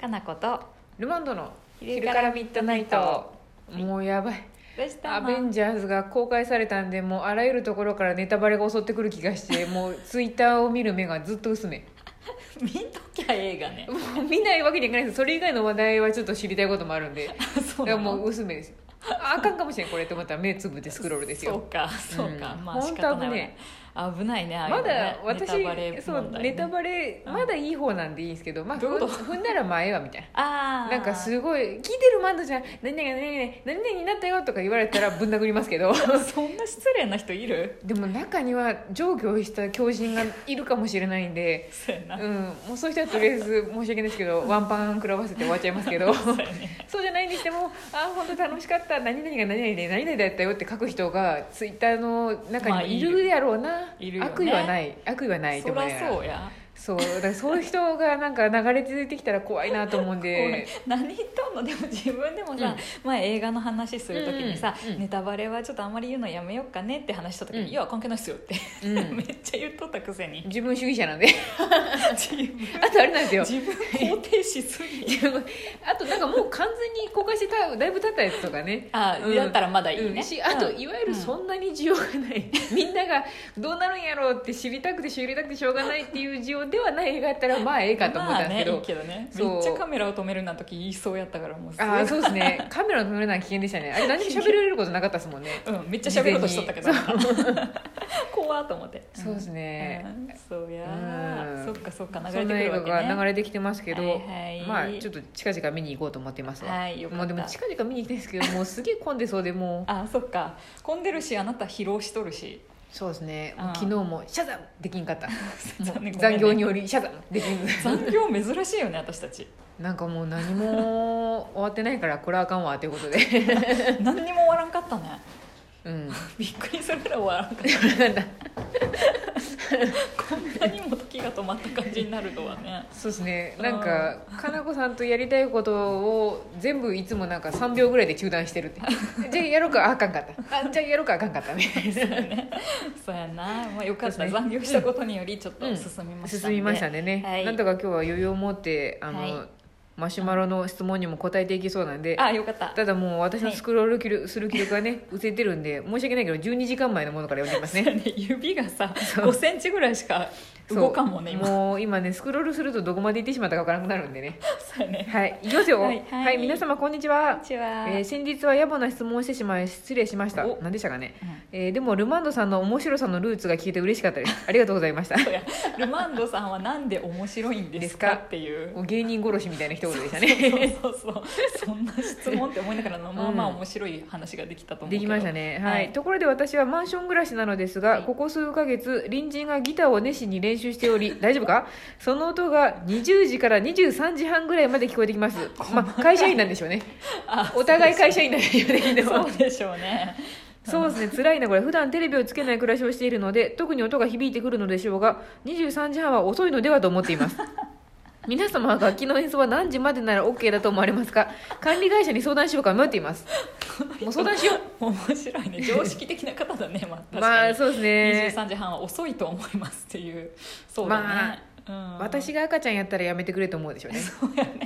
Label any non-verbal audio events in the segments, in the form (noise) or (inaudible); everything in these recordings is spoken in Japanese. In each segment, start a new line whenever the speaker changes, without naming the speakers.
かなこと
ルマンドの
昼からミッドナイト
もうやばい
どうした
ア
の
ベンジャーズが公開されたんでもうあらゆるところからネタバレが襲ってくる気がし
(laughs)
てもうツイッターを見る目がずっと薄め
見ときゃ映画ね
もう見ないわけにはいかないですそれ以外の話題はちょっと知りたいこともあるんでだ
あそ
からもう薄めですああかんかもしれんこれってまた目つぶってスクロールです
そ
よ
うかそうか、
うん
まあ仕
本
方
当
ない
危
わ
ね
ね危ないねああいう
ま
のね
だ私
ネタバレ
そう
問題ね
ネタバレ
うん
まだいい方なんでいいんですけどまあ
どういう
ふ
こ
ん踏んだら前はみたいな
ああ
なんかすごい聞いてるマンドちゃん何々何々何々になったよとか言われたらぶん殴りますけど
そんな失礼な人いる
でも中には上京した狂人がいるかもしれないんで、
そうや
う
な、
ん、もうそういう人はとりあえず申し訳ないです
(laughs)
けどワンパン食らわせて終わっちゃいますけど (laughs)
そうやね
そうじゃないにしてもあ本当楽しかった何々が何々で何々だったよって書く人がツイッターの中にもいるやろうな、
いるよね
悪意はない悪意はないと
そ
思い
り
な
ゃ
がら
そうや
そうだからそういう人がなんか流れ続いてきたら怖いなと思うん
ごめん (laughs)
で
何言っとんのでも自分でもさ、
うん
まあ、映画の話する時にさ、
うんうん
ネタバレはちょっとあんまり言うのやめようかねって話した時に「
うん
いや関係ないっすよ」って、
うん
(laughs) めっちゃ言っとったくせ
(laughs)
に
自分主義者なんで
自分
あとあれなんですよ
自分肯定しすぎ
あとなんかもう完全に公開してただいぶ経ったやつとかね
あ
うん
だったらまだいいね、
うんしあといわゆるそんなに需要がない、 (laughs) みんながどうなるんやろうって知りたくて知りたくてしょうがないっていう需要ではない映画やったらまあええかと思ったんですけど、
まあね、いいけどね
そう
めっちゃカメラを止めるなん時言いそうやったからもうす
あ
ごい
あーそうですねカメラの止めるのは危険でしたねあれ何 (laughs) も喋れることなかったですもんね
うん、めっちゃ喋ろうとしとったけど怖っと思 (laughs) って
そうですね
うんそうや
う
ー
ん
そっかそっか流
そ
れ
ん
て
な
く
映
る
画
わけ
が流
ね
れてきてますけど、
はいはい
まあちょっと近々見に行こうと思ってますわ、
はいよか
も
っ
うで
た
も近々見に行きたいんですけどもうすげえ混んでそうでもう
あそっか混んでるしあなた疲労しとるし
そうですね
うん
もう昨日もシャザムできんかったも
残念
う (laughs) 残業によりシャザムできん
残業珍しいよね私たち
なんかもう何も終わってないからこれはあかんわというこ
(laughs)
とで
何にも終わらんかったね
うん
びっくりするぐらい終わらんかっ
な
(laughs)
んだ
たこんなにも時が止まった感じになるとはね
そうですねなんかかなこさんとやりたいことを全部いつもなんか3秒ぐらいで中断し
(laughs)
てるってじゃあやろうかああかんかったあじゃあやろうかあかんかったね
(laughs) そうやな、まあ、よかっ
そう
た、
ですね
残業したことによりちょっと
うん
進みましたんで、
進みましたねね、
はい
なんとか今日は余裕を持ってあの、
はい
マシュマロの質問にも答えていきそうなんで
あよかった
ただもう私の
はい
スクロール記録する記録がね映ってるんで申し訳ないけど12時間前のものから読んでますね
指がさ5センチぐらいしか (laughs) 動かんもんね
そう
今
もう今ねスクロールするとどこまで行ってしまったかわからなくなるんでね
そうやね
はいいきますよ
は
はいい、
はい
皆様こんにち
こん
は
にちは、
えー先日は野暮な質問をしてしまい失礼しました
お
何でしたかね、
うん
えーでもルマンドさんの面白さのルーツが聞けて嬉しかった
(laughs)
ですありがとうございました
そうやルマンドさんはなんで面白いんですか
ですか
っていう
もう芸人殺しみたいな一言でしたね
そうそうそうそんな質問って思いながらのまあまあ面白い話ができたと思うけ
で
ど
きましたね、はい
はい
ところで私はマンション暮らしなのですが、
はい
ここ数ヶ月隣人がギターを熱心に練習しており (laughs) 大丈夫かその音が20時から23時半ぐらいまで聞こえてきます、まあ、会社員なんでしょうね
あ
お互い会社員なんでしょうね昨日は
そうでしょうね
そうですね辛いなこれ普段テレビをつけない暮らしをしているので特に音が響いてくるのでしょうが23時半は遅いのではと思っています皆様は楽器の演奏は何時までなら OK だと思われますか管理会社に相談しようか迷っていますもう相談しよう
面白いね常識的な方だねまあ確かに、
まあそうですね
23時半は遅いと思いますっていうそうだね、うん、
私が赤ちゃんやったらやめてくれと思うでしょうね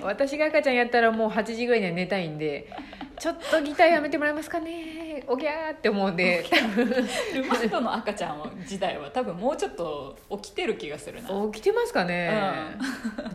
私が赤ちゃんやったらもう8時ぐらいには寝たいんでちょっとギターやめてもらえますかねおぎゃーって思うんで
ルマンドの赤ちゃん時代は多分もうちょっと起きてる気がするなそう
起きてますかね、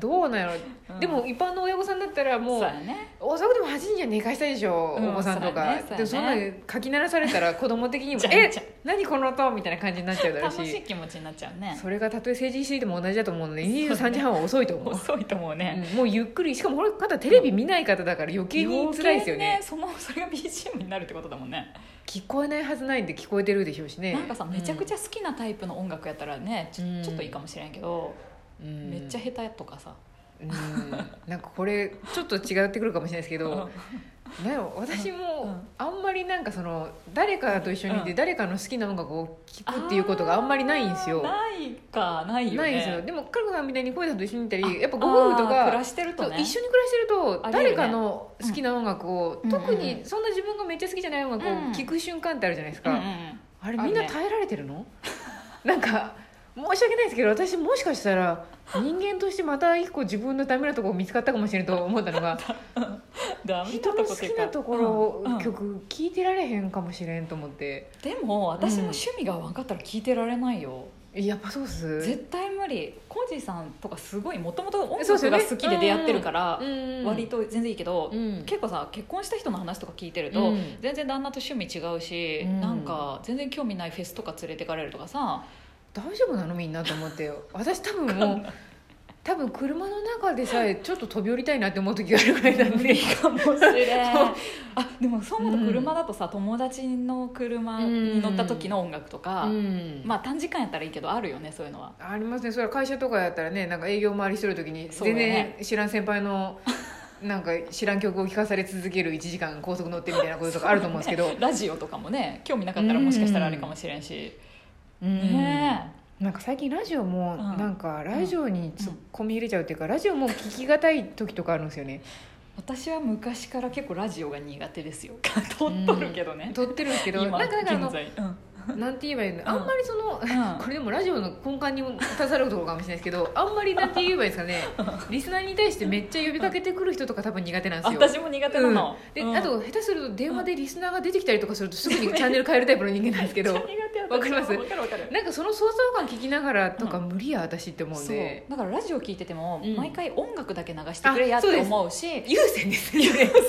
どうなんやろ、
うん
でも一般の親御さんだったらもう
やね
遅くても8時には寝かしたいでしょ、
うん
お子さんとか、
そうやねそうやね
でもそんな書き鳴らされたら子供的にも
じゃ
「
ん
え
じゃん
何この音?」みたいな感じになっちゃうだろう
楽しい
し
気持ちになっちゃうね
それがたとえ成人していても同じだと思うので23時半は遅いと思う
遅いと思うね、
うんもうゆっくりしかもこの方テレビ見ない方だから余計に辛いですよね
余計その (laughs) それが BGM になるってことだもんね
聞こえないはずないんで聞こえてるでしょうしね
なんかさめちゃく
ち
ちゃ好きなタイプの音楽やったらねちょ,、
うん
ちょっといいかもしれんけど、
ゃ、うん
めっちゃ下手とかさ、
うんなんかこれちょっと違ってくるかもしれないですけ
うん
どなんやろ私
う
も
ん
あんまりなんかその誰かと一緒にいて
うん
誰かの好きな音楽を聴くっていうことがあんまりないんですよ
あーないかないよね
ないんですよでもカルコさんみたいに恋だと一緒にいたりやっぱご夫婦
あ
と
ー暮
から
してる
そ
と
う
ね
一緒に暮らしてると
ありえるね
誰かの好きな音楽を
うん
特
うんうんう
にそんな自分がめっちゃ好きじゃない音楽を
うん
聴く瞬間ってあるじゃないです
うんう
か
ん
あれ
ある
みん
ね
(laughs) な耐えられてるのなんか申し訳ないですけど私もしかしたら人間としてまた一個自分のダメなところ見つかったかもしれんと思ったのが
(laughs) ダメな
人
と
の
こ
好
って
き
いうか
なところを
うんうん
曲聴いてられへんかもしれんと思って
でも私も趣味が分かったら聞いてられないよ、
やっぱそうっす
絶対無理コージーさんとかすごいもともと音
そう
楽
ですよね
が好きで出会ってるから、
うん
割と全然いいけど、
うん
結構さ結婚した人の話とか聞いてると、
うん
全然旦那と趣味違うし、
うん
なんか全然興味ないフェスとか連れてかれるとかさ
大丈夫なのみんなと思って私多分
(laughs)
もう多分車の中でさえちょっと飛び降りたいなって思う時があるぐらいなん
無理
で
かもしれん
そう
(laughs) あでもそう思うと車だとさ、友達の車に乗った時の音楽とか、
うん
まあ短時間やったらいいけどあるよねそういうのは
ありますねそれは会社とかやったらねなんか営業回りしてる時に
そうや
全
ね
然知らん先
(laughs)
輩のなんか知らん曲を聴かされ続ける1時間高速乗ってみたいなこととかあると思うんですけど、
(laughs) ラジオとかもね興味なかったらもしかしたらあれかもしれんし、
うん
ね
なんか最近ラジオも
うん
なんかラジオに突っ込み入れちゃうっていうかラジオも聞きがたい時とかあるんですよね
え私は昔から結構ラジオが苦手
(laughs)
ですよ撮っとるけどね、
撮ってるんですけど
今
なんかだからあ
現
の
在うん
なんて言えばいいの
ん
あんまりその、
ん
これでもラジオの根幹にも携わるところかもしれないですけどあんまりなんて言えばいいんですかねリスナーに対してめっちゃ呼びかけてくる人とか多分苦手なん
(laughs)
ですよ
私も苦手なの、
で、
うん
あと下手すると電話でリスナーが出てきたりとかする
(laughs)
とすぐにチャンネル変えるタイプの人間なんですけど
めっちゃ苦手私
わかります
わかるわかる
なんかその想像感聞きながらとか無理や私って思うん
そう
で、
だからラジオ聞いてても、
うん
毎回音楽だけ流してくれやっ
あそう
て
です
思うし
優先ですね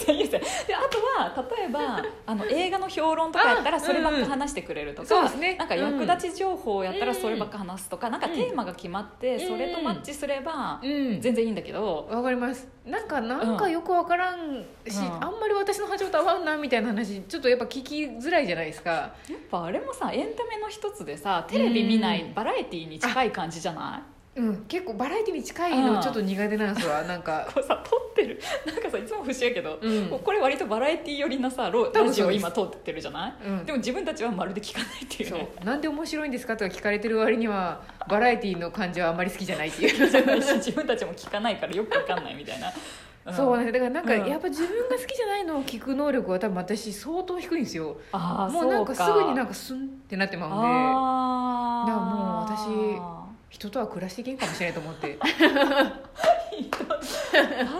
そういうさであとは例えばあの映画の評論とかやったら
あ
そればっか話してくれるとか、
うんうんそうですね
なんか役立ち情報やったらそればっか話すとか、なんか
うん
テーマが決まって
うん
それとマッチすれば
うん
全然いいんだけど、
わかりますなんかなんかよくわからんし、
うん
あんまり私の波長と合わんなみたいな話ちょっとやっぱ聞きづらいじゃないですか
やっぱあれもさエンタメの一つでさテレビ見ない、
うん
バラエティーに近い感じじゃない (laughs)
うん結構バラエティに近いのちょっと苦手なんですわなんか、
これさ撮ってる (laughs) なんかさいつも不思議やけど、
うん
もうこれ割とバラエティー寄りなさロ
多
ラ
分
ジ
そう
オ
です
今撮ってるじゃない、
うん
でも自分たちはまるで聞かないっていう
そ
ね
うなんで面白いんですかとか聞かれてる割にはバラエティの感じはあんまり好きじゃないっていう
じゃないし (laughs) 自分たちも聞かないからよくわかんないみた
(laughs)
いな、ん
そうなんですだからなんか
うん
やっぱ自分が好きじゃないのを聞く能力は多分私相当低いんですよ
あー
もうなんか
そ
すぐになん
か
かスンってなってまうんで
あ
だからもう
も
人とは暮らしていけんかもしれないと思って
(laughs) う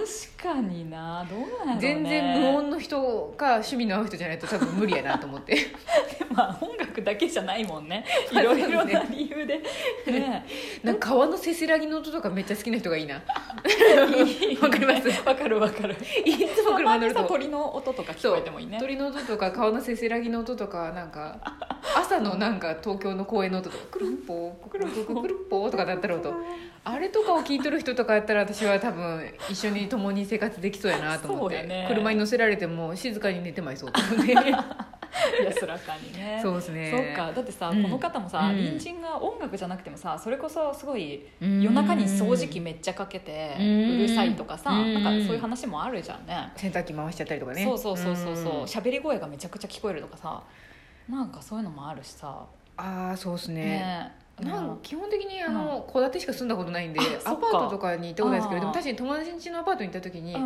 私確かになどうなんやろう、ね、
全然無音の人か趣味の合う人じゃないと多分無理やなと思って
(laughs) (laughs) まあ音楽だけじゃないもんねい
まあ
ろいろな
(laughs) そう
理由でね
なんか川のせせらぎの音とかめっちゃ好きな人
(laughs)
がいいな
いい
わかります
わかるわかる
いつ
た
も
ま
車乗
に
る
さ
と
鳥の音とか聞
そ
こ
う
えてもいいね
鳥の音とか川のせせらぎの音とかなんか朝のなんか東京の公園の音とかくるんぽーくるんぽーくるんぽーとかだったろうとあれとかを聞いとる人とかやったら私は多分一緒に共に生活できそうやなと思っ
そう
て、
やね
車に乗せられても静かに寝てまいそうと
(laughs)
思って
安らかにね
そうですね
そうかだってさ、
うん
この方もさ、
うん
隣人が音楽じゃなくてもさそれこそすごい
うん
夜中に掃除機めっちゃかけて
う
うんるさいとかさ
うん
なんかそういう話もあるじゃんね
洗濯機回しちゃったりとかね
そうそうそうそうそうん喋り声がめちゃくちゃ聞こえるとかさなんかそういうのもあるしさ
ああそうですね
ね
なん
う
か基本的にあの戸建てしか住んだことないんで
あそっか
アパートとかに行ったことないですけどでも
あー
確かに友達ん家のアパートに行った時に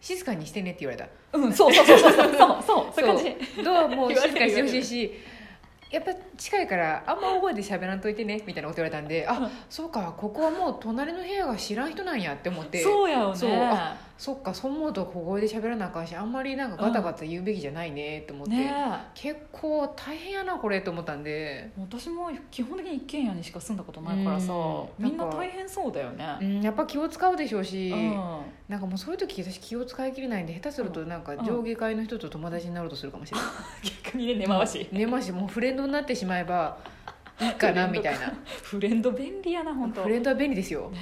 静かにしてねって言われた
うん、うん、そうそうそうそうそうそうそうそういう感じ
ドアも
言われ
静
る
かにしてほしいしやっぱ近いからあんま大声で喋らんといてねみたいなこと言われたんで
うん
あそうかここはもう隣の部屋が知らん人なんやって思って
そうやよ
そう
ね
あそっかそう思うと小声で喋らなあかんしあんまりなんかガタガタ言うべきじゃないねと思って、
ね
結構大変やなこれと思ったんで、
私も基本的に一軒家にしか住んだことないからさ
うん
みんな大変そうだよ
う
ね
ん、やっぱ気を使うでしょうし、
うん
なんかもうそういう時私気を使い切れないんで下手するとなんか上下界の人と友達になろうとするか
(laughs)
もしれない、
逆にね根回し
寝ましもうフレンドになってしまえばいいかなみたいな
フレンド便利やな本当
フレンドは便利ですよ
ね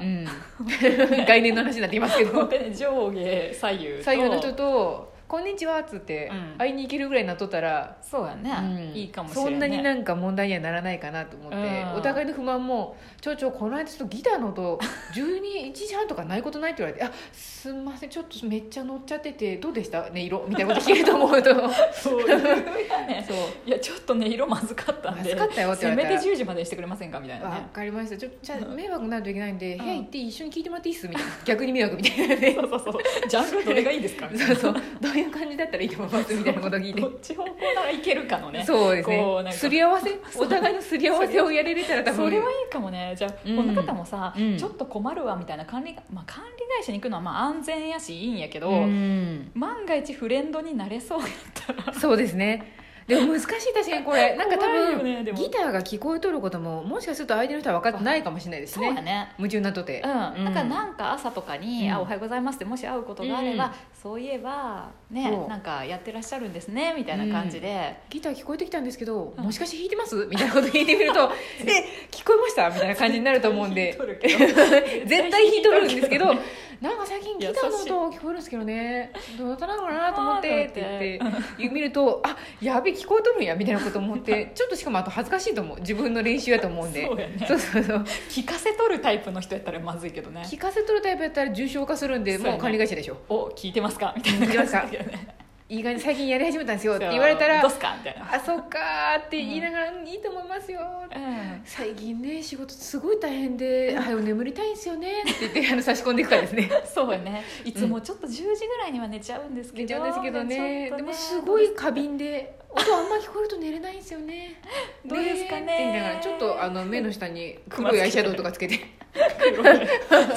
う
え
ん (laughs) 概念の話になっていますけ
本
ど
当に上下左右と
採用の人と「こんにちは」っつって
うん
会いに行けるぐらいになっとったら、
そうやね、
うん
いいかもしれない
そんなになんか問題にはならないかなと思って、
うん
お互いの不満も「ちょちょこの間ちょっとギターの音12 1時半とかないことない」って言われて「あすんませんちょっとめっちゃ乗っちゃっててどうでした音色」みたいなこと聞けると思うと
(laughs) そういうやね
そう
いやちょっとね色まずかったん
ま
で
ずかったよって言
せ
われ
め
た
て
ら
10時までにしてくれませんかみたいな
(laughs) わ
ね
かりましたちょじゃあ迷惑になるといけないんで、
ん
部屋
(laughs)
行って一緒に聞いてもらっていいっすみたいな逆に迷惑みたいなね
そうそうそうジャンルどれがいいですかみたいな
(laughs) そうそうどういういう感じだったらいいと思いますみたいなこと聞い
ど
て
っち方向ならいけるかのね
そうです
こうなん
ね
か
すり合わ
(laughs)
せお互いのすり合わせをやれれた (laughs) ら多
そ
分
れはいいかもねじゃあ、
うん
この方もさ、
うん
ちょっと困るわみたいな管理,、まあ、管理会社に行くのはまあ安全やしいいんやけど、
うん
万が一フレンドになれそうやったら
そうですねでも難しい確かにこ
(laughs)
れなんか多
怖いよ
分、
ねでも
ギターが聞こえとることももしかすると相手の人は分かってないかもしれないです
そうや
ね
ね
夢中になっとって、
うん、だからなんか朝とかに「
うん
あおはようございます」ってもし会うことがあれば、
うん
そういえばね
そう
なんかやってらっしゃるんですねみたいな感じで、
ギター聞こえてきたんですけど、
うん
もしかして弾いてますみたいなこと聞いてみ
(laughs)
るとえ聞こえましたみたいな感じになると思うんで絶対弾いとるんです
(laughs)
けどなんか最近ギターの音聞こえるんですけどねどなたなのかなと思ってって言って見るとあやべ聞こえとるんやみたいなこと
(laughs)
思ってちょっとしかもあと恥ずかしいと思う自分の練習やと思うんで
そうやね
そうそうそう
聞かせとるタイプの人やったらまずいけどね
聞かせとるタイプやったら重症化するんで
そうやね
もう管理会社でしょ
「お聞いてますか?」みたいな感じだけどね
いい感じ最近やり始めたんですよ
そ
っ
う
て言われたら
どうすか?」みたいな。
あそっかーって言いながら、いいと思いますよー
うん
最近ね仕事すごい大変で「あ眠りたいんですよね」って言ってあの差し込んでいくからで
(laughs)
すね
そうやねいつもちょっと10時ぐらいには寝ちゃうんですけ
現
ど
状ですけどね
ちょっと
でもすごい過敏で音あんま聞こえると寝れないんですよね
どうですかね
って言いながらちょっとあの目の下に黒いアイシャドウとかつけて
黒い違うさ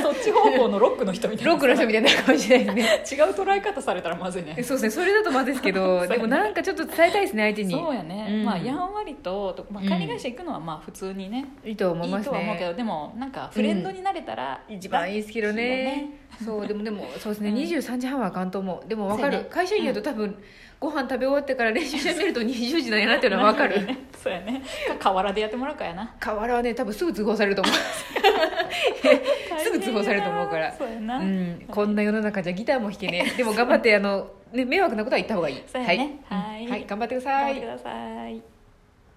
そっち方向のロックの人みたいな
ロックの人みたいになるかもしれないですね
違う捉え方されたらまずいね
(laughs) そうです (laughs) ねそれだとまずいですけどでもなんかちょっと伝えたいですね相手に
そうやね、
うん
まあやんわりと、とまあ、
うん
管理会社行くのはまあ普通にね、
いいと思い
いい
ます
とは思うけ
ね
どでもなんかフレンドになれたら、
一番いいですけどねそうでもでもそうですね、
うん
23時半はあかんと思うでも分か
そう
る、
やね
会社員やと多分、ご飯食べ終わってから練習してみると20時なんやなっていうのは分か
なよ
る
ねそうやねか河原でやってもらうかやな
河原はね多分すぐ通報されると思すぐ通報されると思うから
そうやな、
う、うん、こんな世の中じゃギターも弾けねえでも頑張ってあの、ね、迷惑なことは言った方がいい
そうやね
はい
はい
うんはい、頑張ってくだ
頑
さ
張っ
い
てください